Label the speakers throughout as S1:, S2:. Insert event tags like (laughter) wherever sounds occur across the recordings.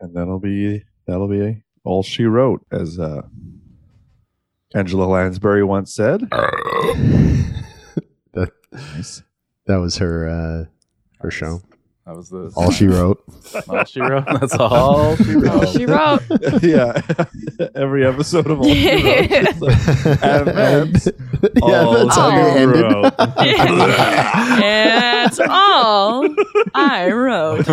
S1: and that'll be that'll be all she wrote as uh angela lansbury once said (laughs)
S2: That that was her uh, her show.
S3: That was the
S2: All she wrote.
S3: all she wrote. That's all she
S4: All
S3: wrote.
S4: she wrote.
S1: yeah (laughs) every episode
S2: (laughs)
S1: of all she wrote she's like, and then
S2: yeah,
S1: all
S2: that's how
S1: she
S2: you ended.
S1: wrote.
S5: (laughs)
S4: That's all I wrote.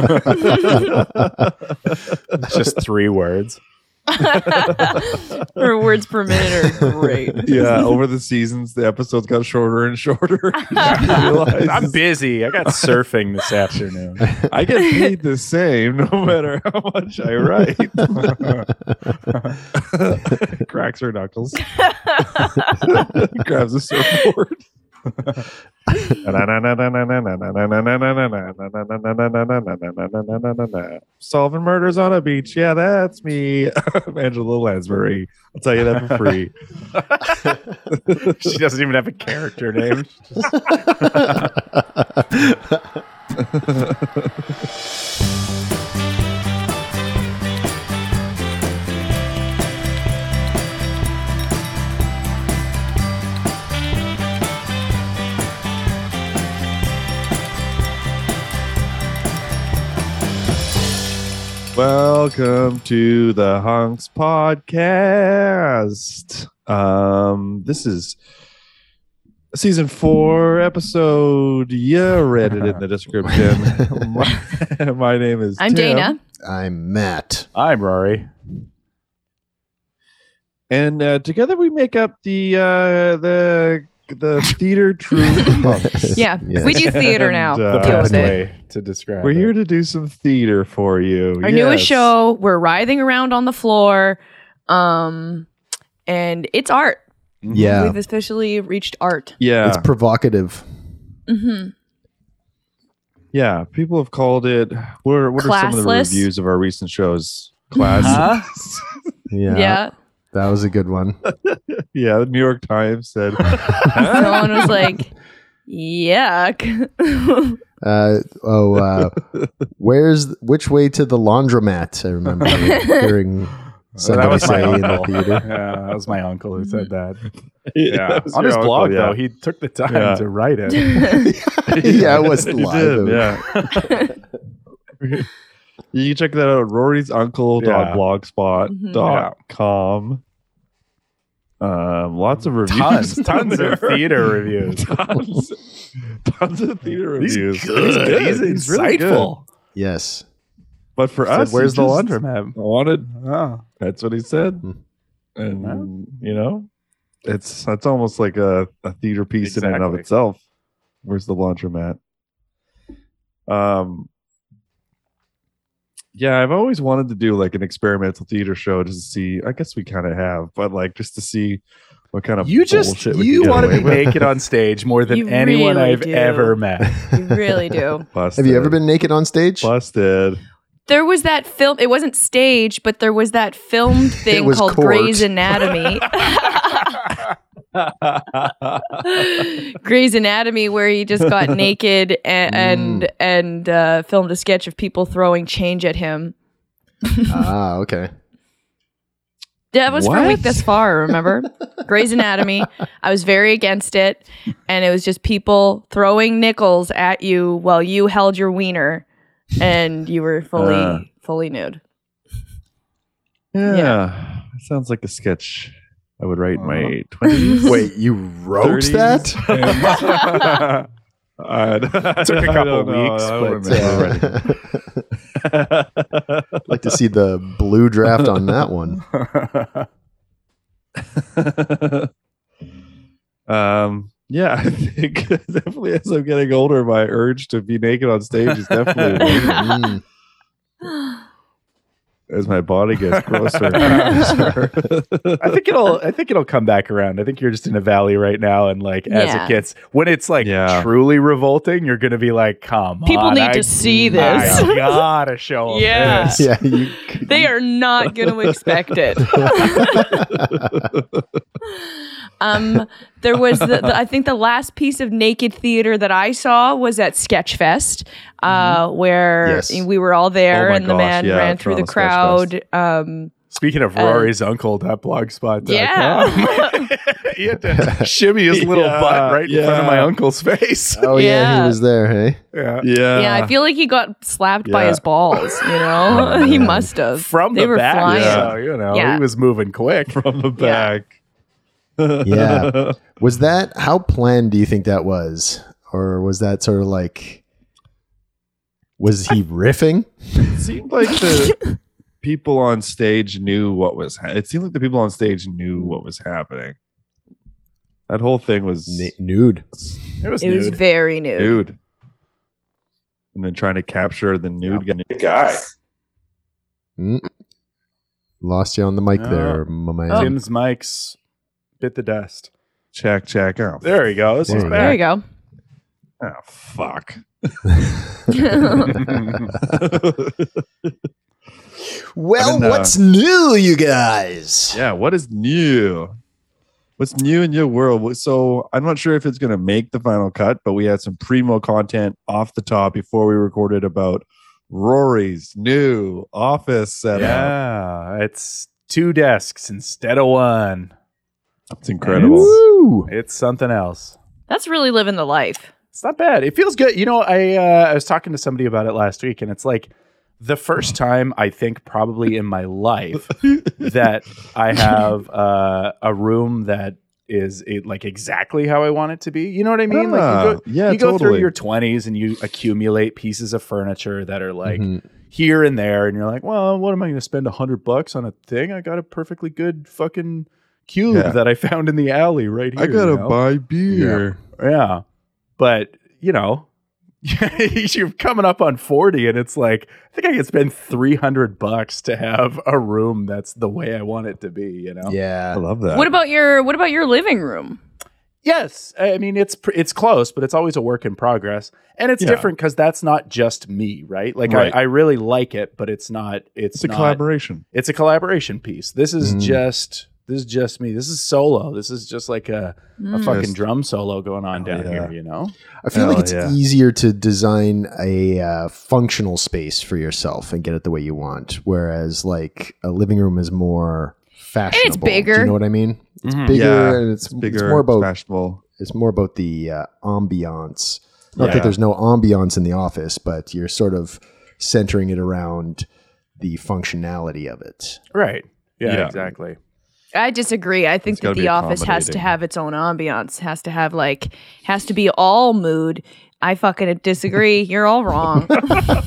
S3: Just three words.
S4: (laughs) Her words per minute are great.
S1: yeah over the seasons the episodes got shorter and shorter (laughs) I realized
S3: I'm busy. I got surfing this afternoon.
S1: i get paid the same (laughs) no matter how much i write (laughs) cracks her knuckles (laughs) grabs a surfboard (laughs) Solving murders on a beach. Yeah, that's me. (laughs) I'm Angela Lansbury. I'll tell you that for free.
S3: she doesn't even have a character name.
S1: (laughs) Welcome to the Hunks Podcast. Um, this is season four, episode. Yeah, read it in the
S3: (laughs)
S1: description. my, my name is
S4: I'm
S1: Tim,
S4: Dana.
S2: I'm
S3: (laughs)
S2: Matt.
S3: I'm Rory.
S1: and uh, together we make up the uh, the the
S3: (laughs)
S1: theater troupe. Hunks.
S4: Yeah.
S2: Yes.
S4: We do theater
S1: And,
S4: now.
S1: uh,
S4: Deal with
S3: Best
S4: it.
S3: way to describe.
S1: We're here
S3: it.
S1: to do some theater for you.
S4: Our newest
S1: Yes.
S4: show. We're writhing around on the floor. Um and it's art.
S2: Yeah,
S4: We've officially reached art.
S1: Yeah,
S2: it's provocative.
S4: Mm-hmm.
S1: Yeah, people have called it. What are, what are some of the
S4: Classless.
S1: reviews of our recent shows? Class.
S3: Huh?
S2: Yeah,
S4: Yeah.
S2: that was a good one.
S1: (laughs) yeah, the New York Times said.
S4: Someone was like, yuck. (laughs)
S2: Uh, oh, uh, where's which way to the laundromat? I remember hearing
S3: that
S2: somebody
S3: was my
S2: say in the
S3: uncle.
S2: theater.
S3: (laughs)
S2: (laughs)
S3: Yeah, that was my uncle who said that.
S1: (laughs) (laughs) Yeah,
S3: Yeah,
S1: it was
S3: on
S1: your
S3: his
S1: uncle,
S3: blog
S1: yeah.
S3: though, he took the time
S1: Yeah.
S3: to write it.
S2: yeah, it wasn't
S1: He
S2: live. it
S1: did,
S2: was-
S1: yeah.
S3: (laughs)
S1: (laughs) you can check that out. Rory's Uncle
S3: Yeah.
S1: blogspot.com. Um, lots of reviews. (laughs)
S3: Tons,
S1: on
S3: tons
S1: there.
S3: of theater
S1: (laughs)
S3: reviews.
S1: tons, tons of theater reviews.
S3: He's good. He's,
S1: really good.
S3: insightful.
S2: Yes.
S1: But for
S3: Said,
S1: us, he
S3: where's the
S1: just
S3: laundromat?
S1: Wanted
S3: Oh,
S1: That's what he said.
S2: Hmm.
S1: And
S3: Mm.
S1: Mm, you know, it's that's almost like a, a theater piece in and of
S3: Exactly.
S1: itself. Where's the laundromat? Um yeah, I've always wanted to do like an experimental theater show just to see. I guess we kind of have, but like just to see what kind of
S3: you just
S1: bullshit we
S3: you
S1: can get
S3: want to
S1: away
S3: be
S1: with.
S3: naked on stage more than
S4: You
S3: anyone
S4: really
S3: I've
S4: do.
S3: ever met.
S4: you really do.
S1: Busted.
S2: (laughs) Have you ever been naked on stage?
S1: busted?
S4: There was that film. It wasn't stage, but there was that filmed thing
S2: was
S4: called
S2: court.
S4: Grey's Anatomy. Grey's Anatomy, where he just got naked a- and and, and uh, filmed a sketch of people throwing change at him.
S2: ah, okay.
S4: That was for a week
S1: What?
S4: this far. Remember, Grey's Anatomy. I was very against it, and it was just people throwing nickels at you while you held your wiener, and you were fully
S1: Uh.
S4: fully nude.
S1: Yeah.
S4: Yeah.
S1: It sounds like a sketch I would write in my
S3: Uh-huh.
S1: twenties. (laughs)
S2: Wait, you wrote
S1: 30s.
S2: that?
S3: (laughs)
S1: I,
S3: Took a
S1: I
S3: couple
S1: don't know.
S3: weeks,
S1: I
S3: but, uh,
S1: wouldn't have been ready.
S2: like to see the blue draft on that one.
S1: um yeah (laughs) i think definitely as i'm getting older my
S2: (laughs)
S1: urge to be naked on stage is definitely waning.
S2: Mm.
S1: as my body gets closer.
S3: I think it'll. I think it'll come back around. I think you're just in a valley right now, and like as
S6: Yeah.
S3: it gets, when it's like
S1: Yeah.
S3: truly revolting, you're gonna be like, "Come
S4: People
S3: on,
S4: need
S3: I-
S4: to see this.
S3: I gotta show 'em
S4: Yeah.
S3: this.
S2: yeah, you,
S4: They are not going to expect it. (laughs) um, there was, the, the, I think, the last piece of naked theater that I saw was at Sketchfest, uh, where
S2: Yes.
S4: we were all there,
S1: Oh my
S4: and the
S1: gosh,
S4: man
S1: yeah,
S4: ran through the
S1: Toronto
S4: crowd. Um,
S3: Speaking of Rory's uncle, that
S4: (laughs)
S3: blogspot.
S4: yeah,
S3: (laughs) he had to shimmy his little
S1: Yeah,
S3: butt right in front of my
S1: yeah.
S3: uncle's face.
S2: oh yeah,
S4: Yeah.
S2: he was there. Hey,
S3: yeah.
S1: yeah.
S4: yeah. I feel like he got slapped by
S1: Yeah.
S4: his balls. You know, (laughs) he must have
S3: (laughs) From
S4: They
S3: the
S4: were
S3: back,
S4: flying.
S3: so, you know,
S4: Oh, Yeah.
S3: he was moving quick.
S1: from the back.
S2: yeah. was that how planned? Do you think that was, or was that sort of like? Was he riffing?
S1: It seemed like
S4: (laughs)
S1: the people on stage knew what was. Ha- it seemed like the people on stage knew what was happening. That whole thing was
S2: N- nude.
S3: It was
S4: It was
S3: nude.
S4: very new.
S1: nude, and then trying to capture the nude guy.
S2: Mm. Lost you on the mic
S3: No.
S2: there, my man.
S3: Tim's mics bit the dust.
S1: Check, check out.
S3: There he goes. He's
S2: There
S4: There you
S3: back.
S4: go.
S1: Oh, fuck.
S2: Well,
S1: I mean, uh,
S2: what's new, you guys?
S1: yeah, what is new? What's new in your world? What- So I'm not sure if it's going to make the final cut, but we had some primo content off the top before we recorded about Rory's new office setup.
S3: Yeah, it's two desks instead of one.
S1: It's incredible.
S2: Woo!
S3: It's something else.
S4: That's really living the life.
S3: It's not bad. It feels good. You know, I uh, I was talking to somebody about it last week, and it's like the
S1: (laughs)
S3: first time I think probably in my life that
S1: (laughs)
S3: I have uh, a room that is it, like exactly how I want it to be. You know what I mean? like
S1: Ah,
S3: you go,
S1: yeah,
S3: you go through
S1: totally.
S3: your twenties and you accumulate pieces of furniture that are like
S2: Mhm.
S1: Mm-hmm.
S3: here and there, and you're like, well, what am I going to spend a hundred bucks on a thing? I got a perfectly good fucking cube
S1: Yeah.
S3: that I found in the alley right here.
S1: I gotta
S3: you know?
S1: buy beer.
S3: Yeah. But, you know, (laughs) you're coming up on 40 and it's like, I think I could spend 300 bucks to have a room that's the way I want it to be, you know?
S1: I
S2: Yeah.
S1: love that.
S4: What about your What about your living room?
S3: Yes. I mean, it's pr- it's close, but it's always a work in progress. And it's
S1: Yeah.
S3: different cuz that's not just me, right? Like
S1: Right.
S3: I, I really like it, but it's not it's,
S1: it's a
S3: not
S1: collaboration.
S3: it's a collaboration piece. This is
S2: Mm.
S3: just this is just me. This is solo. This is just like a, a fucking
S1: Just-
S3: drum solo going on down
S1: yeah.
S3: here, you know?
S2: I feel like
S1: Hell
S2: it's
S1: Oh, yeah.
S2: easier to design a uh, functional space for yourself and get it the way you want, whereas like a living room is more fashionable. Do
S4: bigger.
S2: you know what I mean? It's
S3: Mhm.
S2: bigger,
S1: Mm-hmm. Yeah,
S2: and it's,
S1: It's
S2: it's
S1: bigger,
S2: more about
S1: fashionable.
S2: it's more about the uh, ambiance. Not
S1: Yeah.
S2: that there's no ambiance in the office, but you're sort of centering it around the functionality of it.
S3: Right. yeah.
S1: Yeah.
S3: exactly.
S4: I disagree. I think
S1: gotta
S4: that
S1: be
S4: the office has to
S1: accommodating.
S4: have its own ambiance, has to have like, has to be all mood. I fucking disagree. (laughs) You're
S1: (laughs)
S4: all wrong.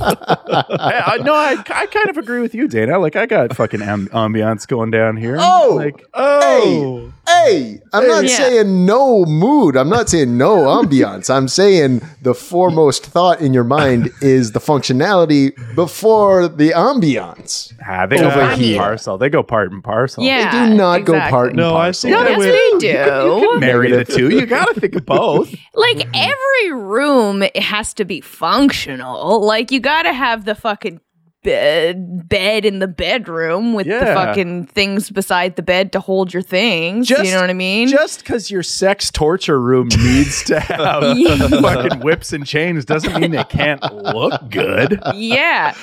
S3: I, I, no, I, I kind of agree with you, Dana. Like, I got fucking am- ambiance going down here.
S2: Oh!
S3: like,
S2: Oh, hey, I'm not
S4: Yeah.
S2: saying no mood. I'm not saying no ambiance. I'm saying the foremost thought in your mind is the functionality before the ambiance.
S3: ah, they go
S1: Over
S3: part and
S2: here.
S3: parcel. They go part and parcel.
S4: yeah.
S2: do not go
S4: exactly.
S2: part and
S1: No, I
S2: parcel.
S1: see.
S4: Yes,
S1: Wait,
S4: they do.
S3: marry the two. You gotta think
S4: (laughs)
S3: of both.
S4: like every room it has to be functional. Like you got to have the fucking bed, bed in the bedroom with the
S3: Yeah.
S4: fucking things beside the bed to hold your things. you know what I mean?
S3: Just because your sex torture room needs
S4: (laughs)
S3: to have fucking whips and chains doesn't mean they can't look good.
S1: (laughs)
S4: yeah.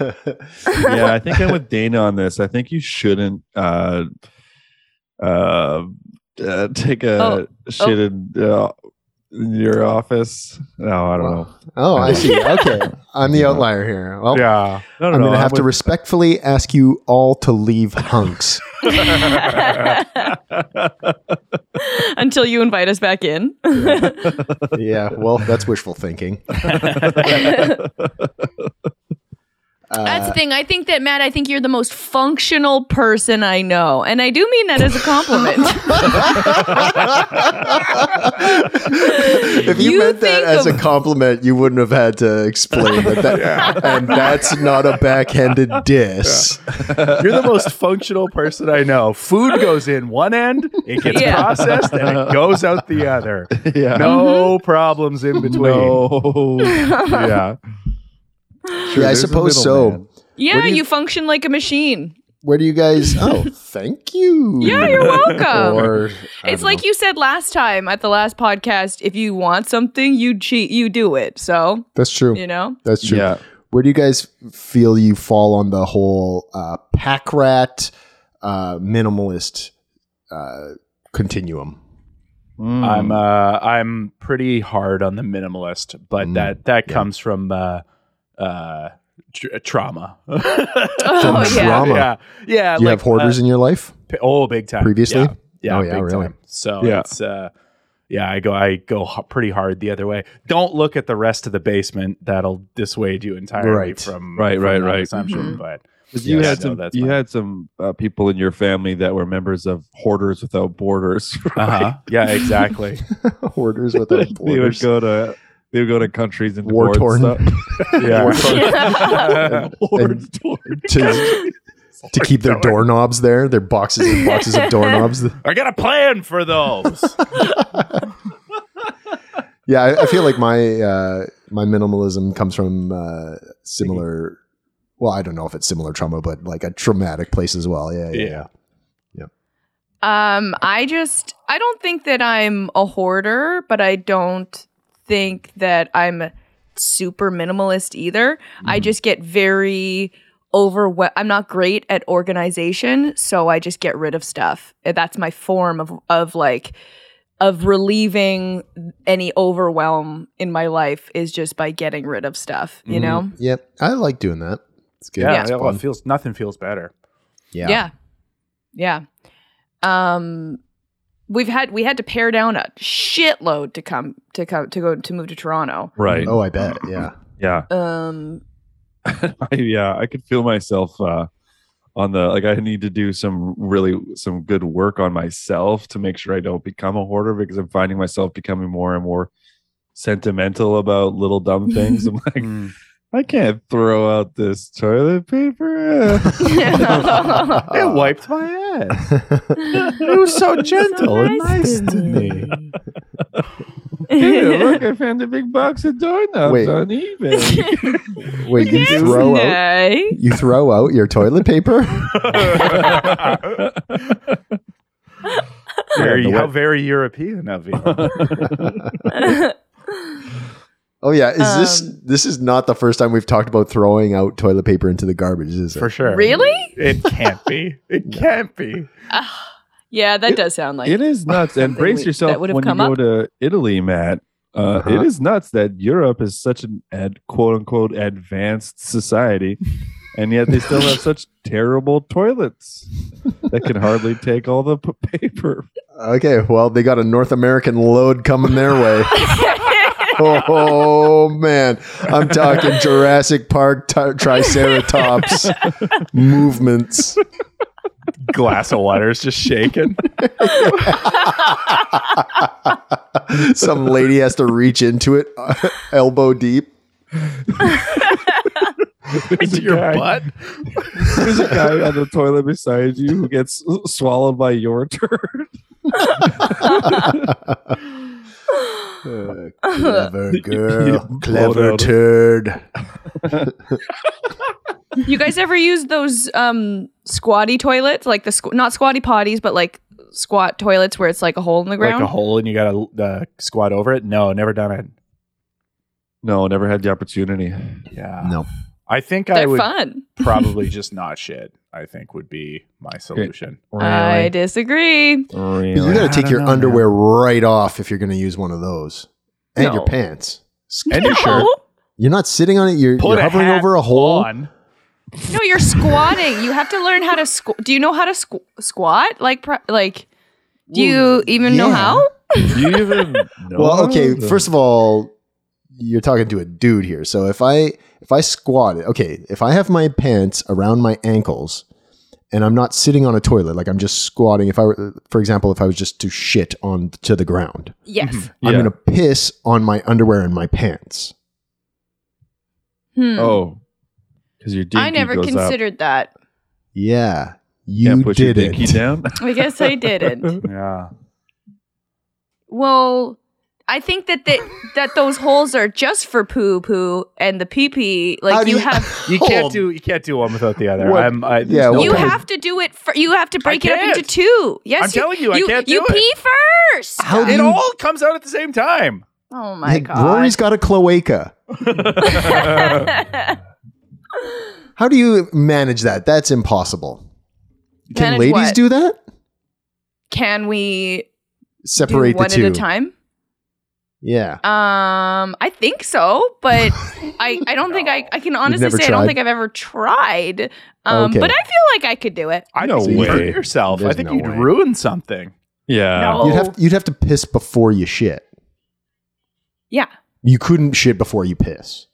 S1: yeah, I think I'm with Dana on this. I think you shouldn't uh uh, uh take a shit in uh, your office. No, I don't know.
S2: Oh, I see. Okay, I'm the outlier here. Well,
S3: Yeah.
S1: No, no,
S2: I'm
S1: no,
S2: going to have to
S1: with-
S2: respectfully ask you all to leave hunks.
S4: Until you invite us back in. (laughs)
S2: yeah, well, that's wishful thinking.
S4: That's the thing. I think that Matt, I think you're the most functional person I know, and I do mean that as a compliment.
S2: If you,
S4: You
S2: meant that
S4: think
S2: as a
S4: of-
S2: compliment, you wouldn't have had to explain that. that And that's not a backhanded diss.
S3: You're the most functional person I know. Food goes in one end, it gets
S4: Yeah.
S3: processed, and it goes
S2: (laughs)
S3: out the other.
S1: Yeah.
S3: No problems in
S2: (laughs)
S3: between.
S1: No.
S3: Yeah.
S2: Yeah, I
S1: there's a
S2: suppose so.
S1: middleman.
S4: yeah, you-, function like a machine.
S2: Where do
S1: (laughs)
S2: you guys? Oh, thank you.
S4: Yeah, you're welcome.
S2: Or
S4: it's like you said last time at the last podcast. If you want something, you cheat, you do it. So
S2: that's true.
S4: you know,
S2: That's true.
S1: Yeah.
S2: Where do you guys feel you fall on the whole uh, pack rat uh, minimalist uh, continuum?
S3: I'm uh I'm pretty hard on the minimalist, but
S2: Mm.
S3: that that comes from uh uh tr- trauma.
S4: oh yeah, uh,
S2: Trauma.
S3: yeah. Yeah, uh,
S2: Do you have hoarders in your life?
S3: P- Oh, big time.
S2: Previously?
S3: Yeah. yeah
S2: Oh, yeah,
S3: big
S2: really?
S3: Time. So
S1: Yeah.
S3: it's uh yeah, I go I go h- pretty hard the other way. Don't look at the rest of the basement. That'll dissuade you entirely
S2: Right.
S3: from
S1: Right,
S3: from
S1: right,
S3: that
S1: right.
S3: assumption, but
S1: 'Cause You
S3: Yes.
S1: had
S3: No,
S1: some.
S3: that's
S1: you
S3: fine.
S1: had some uh, people in your family that were members of Hoarders Without Borders. (laughs) right?
S3: (laughs) uh-huh. yeah, exactly.
S2: (laughs)
S1: (laughs)
S2: hoarders without
S1: They would
S2: borders.
S1: go to. They would go to countries and
S2: War
S1: hoard
S2: torn.
S1: stuff.
S2: (laughs)
S3: Yeah.
S4: (laughs)
S1: (laughs) Hoard torn.
S2: to, to keep their doorknobs there, their boxes and boxes
S4: (laughs)
S2: of doorknobs.
S3: I got a plan for those.
S2: Yeah, I, I feel like my uh, my minimalism comes from uh, similar. Well, I don't know if it's similar trauma, but like a traumatic place as well. Yeah, yeah. yeah.
S3: Yeah.
S4: Um, I just I don't think that I'm a hoarder, but I don't think that I'm super minimalist either. I just get very overwhelmed. I'm not great at organization, so I just get rid of stuff. That's my form of of like of relieving any overwhelm in my life is just by getting rid of stuff, you know?
S2: Yep, I like doing that. It's good.
S3: yeah,
S2: It's
S3: yeah, well,
S2: fun.
S3: it feels nothing feels better.
S2: yeah.
S4: Yeah. Yeah. Um we've had we had to pare down a shitload to come to come to go to move to Toronto.
S1: Right.
S2: Oh, I bet. Yeah.
S1: Yeah.
S4: Um
S1: I, (laughs) yeah, I could feel myself uh, on the like. I need to do some really some good work on myself to make sure I don't become a hoarder because I'm finding myself becoming more and more sentimental about little dumb things.
S3: (laughs)
S1: I'm like,
S3: Hmm.
S1: I can't throw out this toilet paper.
S3: (laughs)
S1: (laughs)
S3: it wiped my ass.
S2: Uh.
S3: It was (laughs) so gentle and nice to me.
S1: hey,
S3: (laughs)
S1: look, I found a big box of doorknobs
S2: Wait.
S1: on eBay.
S2: Wait, you throw out
S4: Nay.
S2: you throw out your toilet
S3: (laughs)
S2: paper?
S3: Very, how very European of you.
S2: Oh yeah. Is this
S3: Um,
S2: this is not the first time we've talked about throwing out toilet paper into the garbage? Is it?
S3: For sure.
S4: Really?
S3: It can't be. It can't be.
S4: Yeah, that does sound like
S1: it
S4: (laughs)
S1: is nuts, and
S4: Something
S1: brace
S4: we-
S1: yourself
S4: that
S1: when
S4: would've
S1: you
S4: come
S1: go
S4: up.
S1: to Italy, Matt. Uh, it
S2: Uh-huh.
S1: is nuts that Europe is such an ad, quote unquote advanced society, and yet they still
S4: (laughs)
S1: have such terrible toilets that can hardly take all the p- paper. (laughs)
S2: Okay. Well, they got a North American load coming their way. oh man, I'm talking Jurassic Park ti- Triceratops movements.
S3: Glass of water is just (laughs) shaking.
S2: Some lady has to reach into it, uh, elbow deep.
S1: There's a, guy,
S3: But
S1: there's a guy on the toilet beside you who gets s- swallowed by your (laughs) turd.
S2: Uh, clever
S3: (laughs)
S2: girl,
S1: blow it
S2: clever
S1: out.
S2: turd.
S4: You guys ever use those um squatty toilets? Like the squ- not squatty potties, but like squat toilets where it's like a hole in the
S3: like
S4: ground?
S3: a hole and you gotta uh, squat over it. No, never done it.
S1: No, never had the opportunity.
S3: Yeah.
S2: No.
S3: I think I
S4: They're
S3: would
S4: fun.
S3: (laughs) probably just not shit. I think would be my solution.
S4: I disagree.
S1: Really?
S2: But you got to
S3: I
S2: take
S3: don't
S2: your
S3: know, man.
S2: underwear right off if you're going to use one of those, and your
S4: No.
S2: pants.
S3: And your shirt.
S4: No.
S2: You're not sitting on it. You're,
S3: Put
S2: you're hovering
S3: hat
S2: over a hole.
S3: on.
S4: No, you're squatting. You have to learn how to squat. Do you know how to squ- squat? Like, pr- like, do you even know
S2: yeah.
S4: how?
S2: (laughs)
S1: Do (laughs) you even know? Oh.
S2: Well, okay. First of all, you're talking to a dude here. So if I if I squat it, okay, if I have my pants around my ankles and I'm not sitting on a toilet, like I'm just squatting. If I were, for example, if I was just to shit on to the ground,
S4: Yes.
S2: I'm
S3: Mm-hmm.
S1: Yeah.
S2: gonna piss on my underwear and my pants.
S4: Hmm.
S1: Oh, because your
S4: I
S1: dinky
S4: never
S1: goes up.
S4: considered that.
S2: Yeah, you
S1: Can't put your
S2: did
S1: dinky
S2: it.
S1: (laughs) down.
S4: I guess I didn't.
S3: (laughs) Yeah.
S4: Well, I think that that that those holes are just for poo poo and the pee pee. Like
S2: How do
S4: you,
S2: you- (laughs)
S4: have,
S3: You can't
S2: Hold.
S3: do you can't do one without the other.
S2: What-
S3: I'm I, there's
S2: yeah,
S3: no
S2: what
S4: you
S3: way.
S2: kind of-
S4: have to do it. For, you have to break it up
S3: can't.
S4: into two. Yes,
S3: I'm telling you, I can't
S4: You
S3: do it.
S4: pee first.
S2: How do
S3: it
S2: you?
S3: all comes out at the same time.
S4: Oh my
S2: Like,
S4: god.
S2: Rory's got a
S4: (laughs)
S2: cloaca. How do you manage that? That's impossible. Can
S4: Manage
S2: ladies
S4: what?
S2: do that?
S4: Can we do
S2: Separate
S4: one
S2: the two.
S4: at a time?
S2: Yeah.
S4: Um, I think so, but
S2: (laughs)
S4: I I don't think I I can honestly
S2: never
S4: say I don't
S2: tried?
S4: think I've ever tried. Um,
S2: Okay.
S4: but I feel like I could do it.
S3: I
S1: No
S3: think you'd
S1: way.
S3: hurt yourself. I
S2: There's
S3: think
S2: no
S3: you'd
S2: way.
S3: ruin something.
S1: Yeah.
S4: No.
S2: You'd have you'd have to piss before you shit.
S4: Yeah.
S2: You couldn't shit before you piss.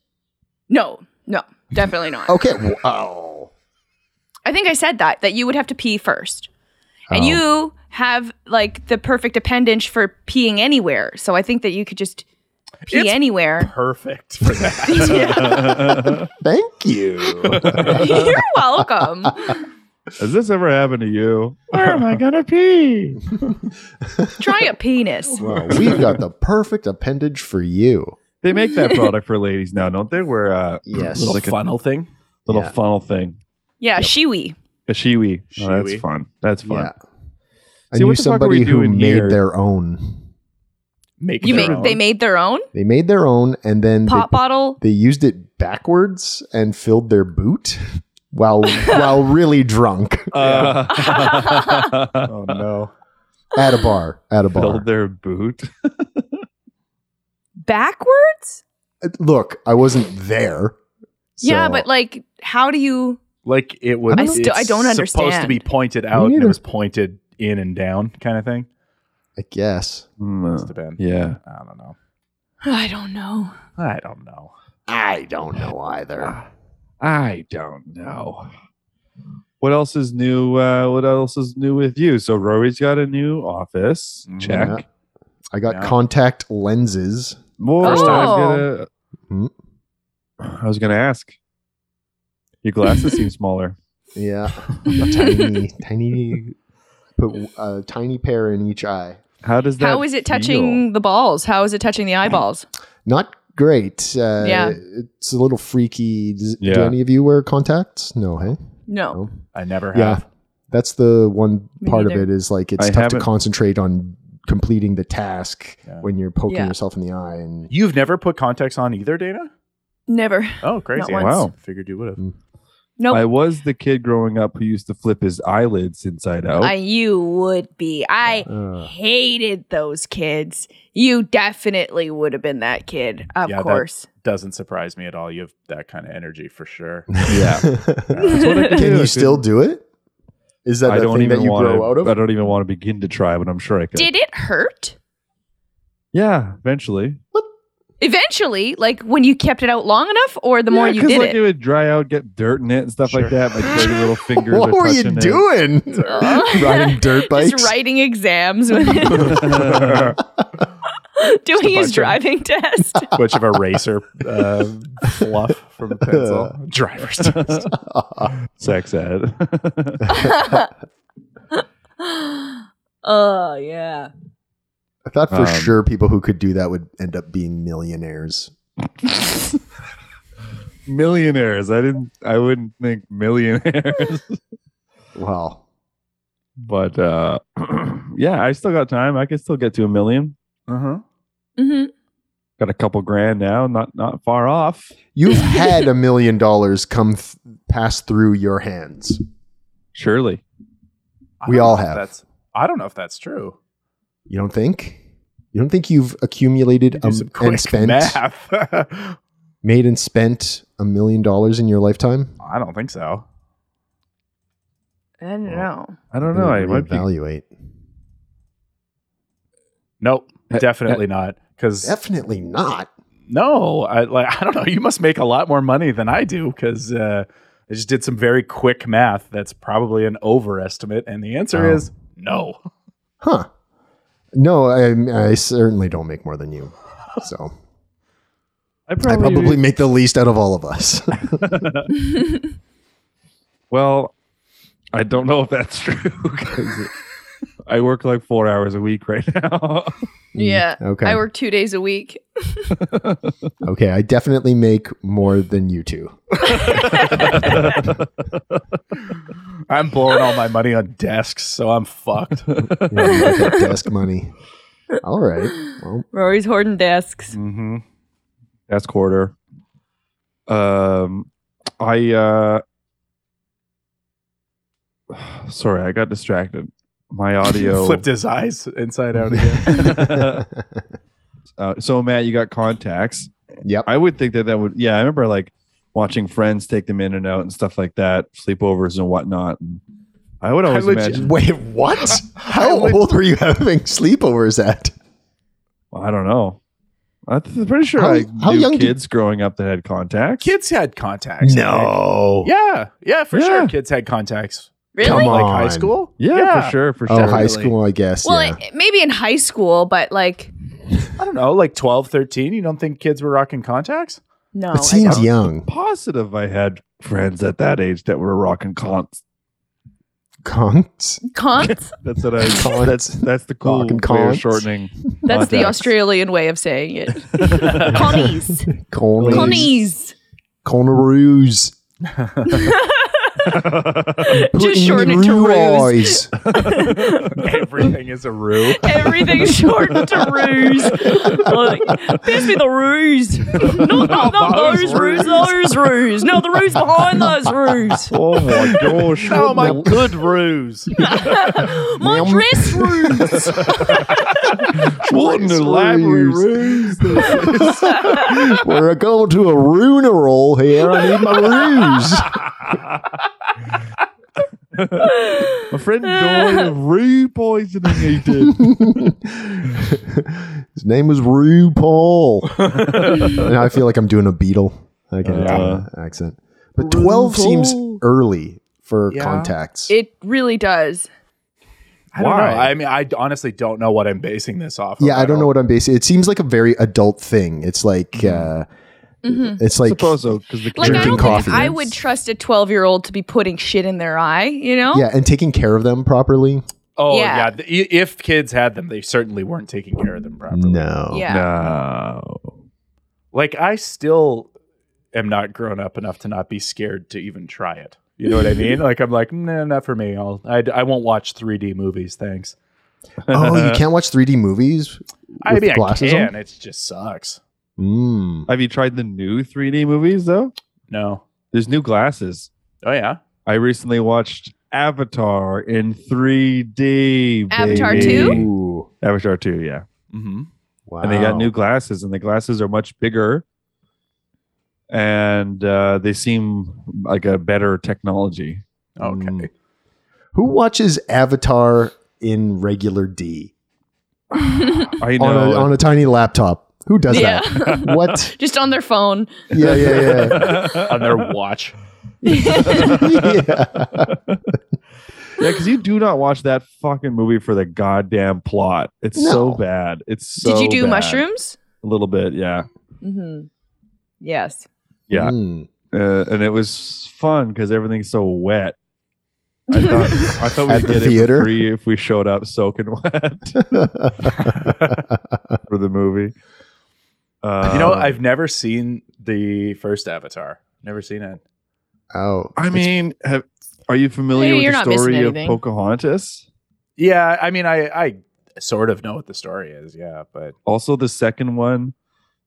S4: No. No. Definitely not.
S2: Okay. (laughs) Wow.
S4: I think I said that that you would have to pee first, and
S2: Oh.
S4: you have like the perfect appendage for peeing anywhere. So I think that you could just pee
S3: It's- (laughs)
S4: anywhere.
S3: Perfect for that.
S1: (laughs)
S2: Thank you.
S4: You're welcome.
S1: Has this ever happened to you?
S3: Where am I gonna pee?
S4: Try a penis.
S2: well, we've got the perfect appendage for you.
S1: They make
S4: (laughs)
S1: that product for ladies now, don't they? Where uh,
S2: Yes.
S1: little,
S3: Little
S1: like a
S3: funnel thing.
S1: little
S2: Yeah.
S1: funnel thing,
S4: Yeah, shiwi.
S1: a shiwi. Oh, that's
S3: Shiwi.
S1: fun. That's fun.
S2: Yeah. I
S1: See,
S2: knew
S1: what the fuck are we
S2: somebody who
S1: doing
S2: made
S1: here?
S2: their own.
S3: Make
S4: You
S3: their
S4: make
S3: own.
S4: they made their own
S2: They made their own and then they,
S4: pop bottle.
S2: they used it backwards and filled their boot (laughs) while while
S1: (laughs)
S2: really drunk (laughs)
S1: Uh,
S3: Oh no.
S2: at a bar. At a bar.
S1: Build their boot.
S4: backwards?
S2: Look, I wasn't there.
S4: Yeah,
S2: so-
S4: but like, how do you? (sighs)
S3: Like it was.
S4: I still-
S3: it's
S4: I don't
S3: Supposed to
S4: understand.
S3: be pointed out. And
S2: neither.
S3: it was pointed in and down, kind of thing.
S2: I guess.
S1: Mm,
S3: Must have been.
S1: yeah.
S3: I don't know.
S4: I don't know.
S3: I don't know.
S2: I don't know either.
S1: I don't know. What else is new? Uh, what else is new with you? So Rory's got a new office. Check.
S2: Yeah. I got
S3: Yeah.
S2: contact lenses.
S1: More.
S4: Oh. Hmm?
S1: I was
S2: Hmm?
S1: gonna. I was gonna ask. Your glasses
S4: (laughs)
S1: seem smaller.
S2: Yeah,
S1: (laughs)
S2: tiny, tiny. Put a tiny pair in each eye.
S1: How does that?
S4: How is it
S1: feel?
S4: touching the balls? How is it touching the eyeballs?
S2: Not great. Uh,
S4: Yeah.
S2: it's a little freaky. Does, Do
S1: Yeah.
S2: any of you wear contacts? No, hey.
S4: No.
S3: I never
S2: Yeah,
S3: have.
S2: that's the one
S4: Me
S2: part of
S4: neither.
S2: it is like it's
S1: I
S2: tough
S1: haven't-
S2: to concentrate on completing the task
S3: Yeah.
S2: when you're poking
S4: Yeah.
S2: yourself in the eye. And
S3: You've never put contacts on either, Dana?
S4: Never.
S3: Oh, crazy.
S4: once.
S1: Wow.
S3: Figured you would have.
S2: Mm.
S4: Nope.
S1: I was the kid growing up who used to flip his eyelids inside out.
S4: I, you would be. I
S2: Uh.
S4: hated those kids. You definitely would have been that kid, of
S3: Yeah, that-
S4: course.
S3: Doesn't surprise me at all. You have that kind of energy
S2: (laughs)
S3: for sure.
S1: yeah. That's what I could do.
S2: can
S1: I
S2: you still
S1: couldn't-
S2: do it? Is that
S1: I
S2: the
S1: don't
S2: thing
S1: even
S2: that you
S1: want
S2: grow out of?
S1: I don't even want to begin to try, but I'm sure I could.
S4: Did it hurt?
S1: yeah, eventually.
S4: Eventually, like when you kept it out long enough, or the more
S1: Yeah,
S4: you
S1: 'cause,
S4: did
S1: like,
S4: it.
S1: it would dry out, get dirt in it and stuff like that. My dirty little fingers.
S2: what
S1: are
S2: were you
S1: touching it.
S2: doing? Riding dirt bikes?
S4: Just writing exams, with doing his driving test.
S3: Bunch of eraser uh, fluff from
S2: (laughs)
S3: a pencil. Driver's test.
S1: Sex ed.
S3: (laughs)
S4: Oh yeah.
S2: I thought for
S1: Um,
S2: sure people who could do that would end up being millionaires.
S1: millionaires. I didn't. I wouldn't think millionaires.
S2: Wow.
S1: but uh, (clears throat) yeah, I still got time. I could still get to a million.
S3: Uh-huh.
S4: hmm
S1: Got a couple grand now. Not not far off.
S2: You've had a million dollars come th- pass through your hands.
S1: Surely.
S3: I
S2: We
S3: don't
S2: all
S3: know if
S2: have.
S3: That's, I don't know if that's true.
S2: You don't think? You don't think you've accumulated
S3: Do
S2: um,
S3: some quick (laughs)
S2: and spent,
S3: math. I
S2: made and spent a million dollars in your lifetime?
S3: don't think so.
S4: I don't know.
S1: I don't know. I might be.
S2: evaluate.
S1: Uh,
S3: Nope, definitely not. Because
S2: Definitely not.
S3: No, I like (laughs) I don't know. You must make a lot more money than I do because uh, I just did some very quick math. That's probably an overestimate, and the answer
S1: Oh.
S3: is no. (laughs)
S2: Huh. No, I, I certainly don't make more than you. So
S1: I
S2: I
S1: probably,
S2: probably make the least out of all of us.
S1: well, I don't know if that's (laughs) true. 'cause I work like four hours a week right (laughs) now.
S4: Yeah.
S2: okay.
S4: I work two days a week.
S2: okay, I definitely make more than you two.
S3: I'm blowing all my money on desks, so
S1: (laughs)
S3: I'm fucked.
S2: Yeah, I got
S4: (laughs)
S2: desk money. All right. Well,
S4: (laughs) Rory's hoarding desks.
S3: mm-hmm.
S1: That's quarter. Um, I uh, (sighs) sorry, I got distracted. My audio
S3: Flipped his eyes inside
S1: (laughs)
S3: out again.
S1: Uh, so Matt, you got contacts.
S2: yep.
S1: I would think that that would. Yeah, I remember like watching friends take them in and out and stuff like that, sleepovers and whatnot. And I would always
S3: legit-
S1: imagine.
S2: Wait, what? How
S3: would-
S2: old were you having sleepovers at?
S1: Well, I don't know. I'm th- pretty sure
S2: How-
S1: I
S2: how
S1: knew
S2: young did-
S1: kids growing up that had contacts.
S3: Kids had contacts. I think. Yeah, yeah, for
S1: Yeah.
S3: sure. Kids had contacts.
S4: Really?
S2: Come on.
S3: Like high school.
S1: Yeah, for sure, for
S2: Oh,
S1: sure.
S2: high
S3: Definitely.
S2: school, I guess.
S4: Well,
S2: yeah.
S4: like, maybe in high school, but like,
S3: I don't know, like 12, 13. You don't think kids were rocking contacts?
S4: no.
S2: it
S4: Oh, I
S2: seems
S4: don't.
S2: young.
S1: Positive, I had friends at that age that were rocking cons.
S2: Conks.
S4: Cons?
S1: That's what I.
S2: Cons.
S1: Oh, That's that's the cool way
S2: Rocking
S1: of
S2: cons.
S1: shortening.
S4: That's the
S1: contacts.
S4: Australian way of saying it. Connies.
S2: Conies.
S4: Connies. (laughs)
S2: Conaroos.
S4: Just shortened to ruse.
S2: Roy's.
S3: (laughs) Everything is a ruse.
S4: Everything's shortened to ruse. Like, pass me the ruse. Not, not, not those ruse, those ruse. No, the ruse behind those ruse.
S1: (laughs) Oh my
S3: (laughs)
S1: gosh!
S3: Oh my good ruse.
S4: My
S2: Ma'am.
S4: dress ruse.
S1: What an elaborate ruse!
S2: (laughs) We're going to a runeroll here. I need my ruse.
S1: My friend died
S3: (laughs)
S1: of rue poisoning. He
S2: (laughs)
S1: did.
S2: His name was Rue Paul. now I feel like I'm doing a Beatle. I can't do
S1: Yeah.
S2: an accent. But 12 seems early for
S3: Yeah.
S2: contacts.
S4: It really does.
S3: I don't know.
S1: Why?
S3: I mean, I d- honestly don't know what I'm basing this off.
S2: yeah,
S3: of
S2: I
S3: at
S2: don't know
S3: all.
S2: what I'm basing. It seems like a very adult thing. It's like,
S3: Mm-hmm.
S2: uh,
S4: Mm-hmm.
S2: it's like,
S1: Suppose so, because the
S4: Like, I
S2: Drinking
S4: don't think
S2: coffee.
S4: I would trust a 12 year old to be putting shit in their eye, you know?
S2: yeah, and taking care of them properly.
S3: Oh
S4: Yeah.
S3: yeah. The- i if kids had them, they certainly weren't taking care of them properly.
S2: No.
S4: Yeah.
S1: No.
S3: Like I still am not grown up enough to not be scared to even try it. You know what
S2: (laughs)
S3: I mean? Like I'm like, nah, not for me. I'll I, d- I won't watch 3D movies. Thanks.
S2: Oh, you can't watch 3D movies?
S3: I
S2: With
S3: mean, I
S2: glasses on?
S3: can. It just sucks.
S2: Mm.
S1: Have you tried the new 3D movies though?
S3: No.
S1: There's new glasses.
S3: Oh yeah.
S1: I recently watched Avatar in 3D.
S4: Avatar
S1: baby.
S4: 2?
S2: Ooh.
S1: Avatar 2, yeah.
S3: Mm-hmm.
S2: Wow.
S1: And they got new glasses, and the glasses are much bigger, and uh, they seem like a better technology.
S3: Okay.
S2: Mm. Who watches Avatar in regular D?
S1: I know.
S2: on, a, on a tiny laptop. Who does
S4: Yeah.
S2: that? (laughs) What?
S4: Just on their phone.
S2: Yeah, yeah,
S3: (laughs) On their watch.
S1: (laughs)
S2: yeah. yeah.
S1: Yeah, because you do not watch that fucking movie for the goddamn plot. It's so
S2: No.
S1: bad. It's so.
S4: Did you do
S1: bad.
S4: mushrooms?
S1: A little bit, yeah,
S4: Mm-hmm. Yes.
S1: yeah.
S2: Mm.
S1: Uh, and it was fun because everything's so wet. I thought, I thought
S2: At
S1: we'd
S2: the
S1: get it
S2: theater?
S1: for free if we showed up soaking
S2: (laughs)
S1: wet for the movie. Uh,
S3: You know, I've never seen the first Avatar. Never seen it.
S2: Oh,
S1: I mean, have, are you familiar
S4: Hey,
S1: with
S4: you're
S1: the
S4: not missing
S1: story of
S4: anything.
S1: Pocahontas?
S3: Yeah, I mean, I I sort of know what the story is. Yeah, but
S1: also the second one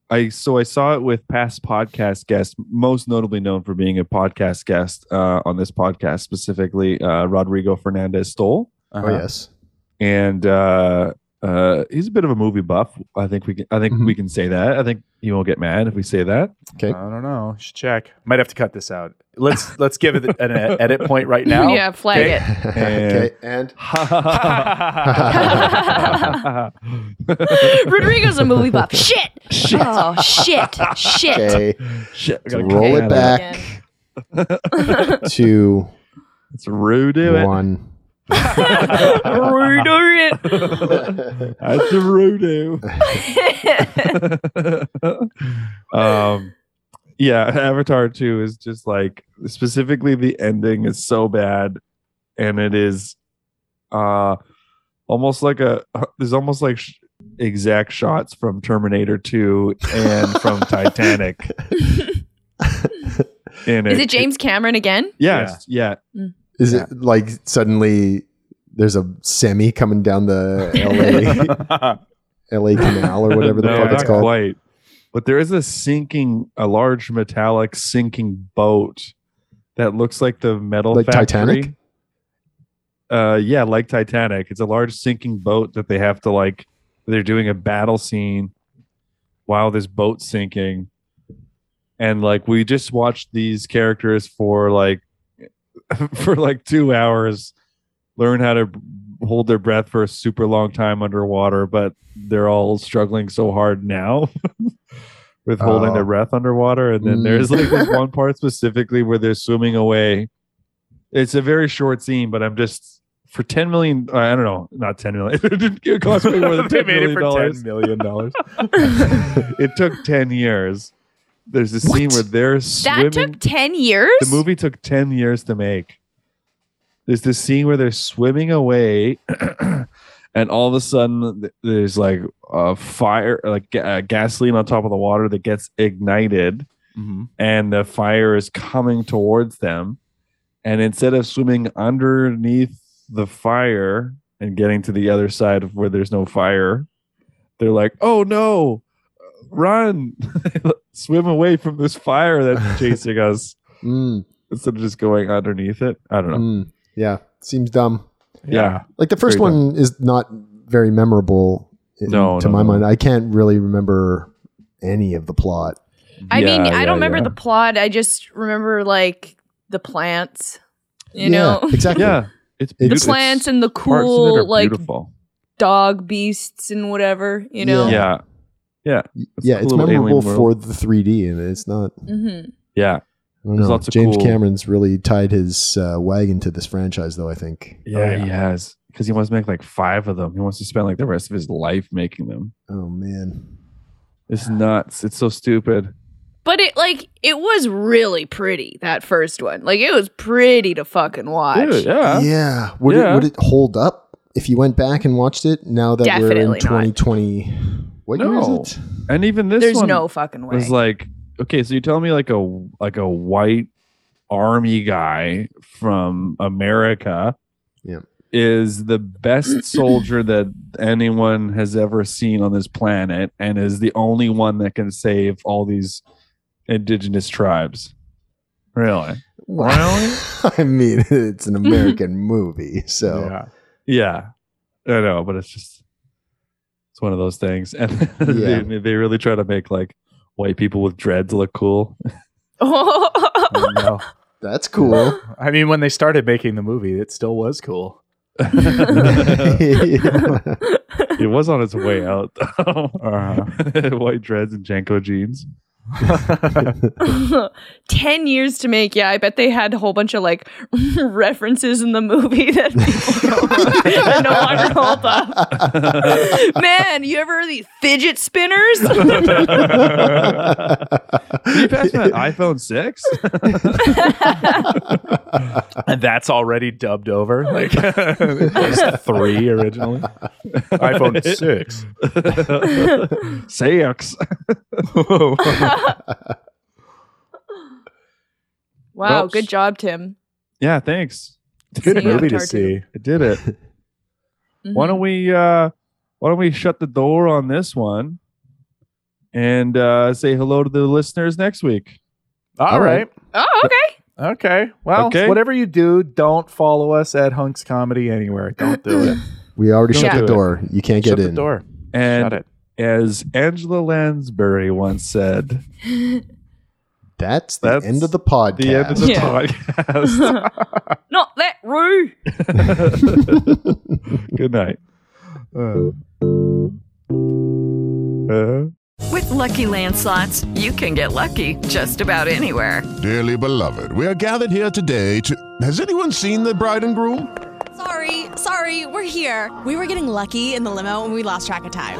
S1: i so i saw it with past podcast guests most notably known for being a podcast guest uh, on this podcast uh-huh.
S2: (laughs)
S1: specifically uh, rodrigo fernandez stoll
S2: oh yes.
S1: and uh, Uh, he's a bit of a movie buff. I think we can. I think
S2: Mhm.
S1: we can say that. I think he won't get mad if we say that.
S2: Okay.
S3: I don't know. You Should check. Might have to cut this out.
S1: (laughs)
S3: Let's let's give it an uh, edit point right now.
S4: yeah, flag
S3: Okay.
S4: it.
S2: okay. And
S7: Rodrigo's a movie
S4: (laughs)
S7: buff. shit. Shit. Oh, shit. Shit.
S2: okay,
S1: Shit, we gotta
S2: roll
S1: cut
S2: it
S1: that out.
S2: back
S1: (laughs)
S2: to
S1: It's rude, do it.
S2: one.
S4: Redo it.
S1: That's a rude. (laughs) um, yeah, Avatar Two is just like specifically the ending is so bad, and it is, uh, almost like a uh, there's almost like sh- exact shots from Terminator Two and
S2: (laughs)
S1: from Titanic. in
S4: Is it James Cameron again?
S1: Yes, yeah.
S2: Is it like suddenly there's a semi coming down the
S1: (laughs)
S2: LA LA canal or whatever the
S1: No,
S2: fuck it's
S1: not
S2: called?
S1: Quite. But there is a sinking, a large metallic sinking boat that looks like the metal
S2: Like
S1: factory.
S2: Titanic?
S1: Uh, yeah, like Titanic. It's a large sinking boat that they have to like. They're doing a battle scene while this boat's sinking, and like we just watched these characters for like (laughs) for like two hours learn how to b- hold their breath for a super long time underwater, but they're all struggling so hard now (laughs) with holding
S2: Oh.
S1: their breath underwater. And then
S2: Mm.
S1: there's like this one part specifically where they're swimming away. It's a very short scene, but I'm just for 10 million. uh, I don't know, not 10 million. (laughs) it cost me more than
S3: (laughs) they
S1: 10
S3: made it
S1: million
S3: for
S1: dollars
S3: ten million dollars.
S1: it took 10 years. There's a scene where they're swimming.
S4: That took 10 years?
S1: the movie took 10 years to make. There's this scene where they're swimming away, (clears throat) and all of a sudden, th- there's like a fire, like ga- uh, gasoline on top of the water that gets ignited, and the fire is coming towards them. And instead of swimming underneath the fire and getting to the other side of where there's no fire, they're like, oh no, run, (laughs) swim away from this fire that's chasing us
S2: Mm,
S1: instead of just going underneath it. I don't know.
S2: mm. yeah, seems dumb.
S1: Yeah.
S2: Like the first
S1: Very
S2: one is not very memorable in-
S1: No,
S2: to
S1: no,
S2: my
S1: no.
S2: mind. I can't really remember any of the plot.
S4: I mean,
S1: Yeah,
S4: I don't
S1: yeah,
S4: remember
S1: yeah.
S4: the plot. I just remember like the plants, you
S2: yeah,
S4: know,
S2: exactly.
S1: Yeah. It's
S2: The
S4: the
S1: beautiful.
S4: plants and the
S1: Parts of it are
S4: cool like
S1: beautiful.
S4: dog beasts and whatever, you know.
S2: Yeah.
S1: Yeah. Yeah. It's
S2: yeah,
S1: a
S2: it's
S1: little alien
S2: memorable
S1: world.
S2: for the 3D, and it's not.
S4: Mhm.
S1: Yeah.
S2: I don't
S1: There's
S2: know.
S1: lots of
S2: James
S1: cool-
S2: Cameron's really tied his uh, wagon to this franchise, though. I think.
S1: Oh, Yeah, he has. Because he wants to make like five of them. He wants to spend like the rest of his life making them.
S2: Oh man.
S1: It's nuts. It's so stupid.
S4: But it like it was really pretty that first one. Like it was pretty to fucking watch.
S1: Dude, yeah.
S2: yeah. Would
S1: Yeah.
S2: it would it hold up if you went back and watched it now that we're
S4: Definitely
S2: in
S4: not.
S2: 2020? What year
S1: No.
S2: is it?
S1: And even this
S4: There's
S1: one
S4: no fucking way.
S1: was like, okay, so you tell me like a like a white army guy from America
S2: Yeah.
S1: is the
S2: (clears throat)
S1: best soldier that anyone has ever seen on this planet and is the only one that can save all these indigenous tribes. Really?
S2: Well, (laughs) I mean, it's an American (laughs) movie, so
S3: Yeah.
S1: Yeah, I know, but it's just it's one of those things, (laughs) and
S2: Yeah.
S1: they, they really try to make like white people with dreads look cool.
S3: Oh, no.
S2: that's cool.
S3: I mean, when they started making the movie, it still was cool.
S1: it
S2: yeah.
S1: was on
S8: (laughs)
S1: its way out, though.
S8: Uh-huh.
S1: (laughs) white dreads and Janko jeans.
S4: (laughs)
S1: (laughs)
S4: Ten years to make, yeah. I bet they had a whole bunch of like (laughs) references in the movie (laughs) that people don't, (laughs) that no longer hold
S1: (laughs)
S4: up. Man, you ever heard of these fidget spinners? (laughs)
S1: Did you pass my iPhone six?
S8: (laughs)
S3: and that's already dubbed over. Like (laughs) it was three originally.
S1: (laughs)
S3: iPhone six.
S1: six.
S4: wow,
S1: Well,
S4: good job, Tim.
S1: (laughs) Yeah, thanks.
S3: Good
S4: Seeing
S3: movie to
S4: Avatar
S3: see.
S1: I did it.
S4: Mhm.
S1: Why don't we uh why don't we shut the door on this one and uh say hello to the listeners next week.
S3: All right.
S4: Oh, okay.
S3: Okay. Well,
S1: Okay.
S3: whatever you do, don't follow us at Hunks Comedy anywhere. Don't do it.
S2: We already
S8: Don't
S2: shut
S8: do
S2: the
S8: it.
S2: door. You can't (laughs) get
S8: Shut
S2: in.
S8: the door.
S1: And
S8: Shut it.
S1: as Angela Lansbury once said,
S2: That's the
S1: That's
S2: end of the podcast.
S1: the end of the
S4: Yeah.
S1: podcast.
S4: (laughs) Not that Roo.
S1: (laughs) Good night. Uh.
S9: With Lucky Land slots, you can get lucky just about anywhere.
S10: Dearly beloved, we are gathered here today to. Has anyone seen the bride and groom?
S7: Sorry, sorry, we're here. We were getting lucky in the limo and we lost track of time.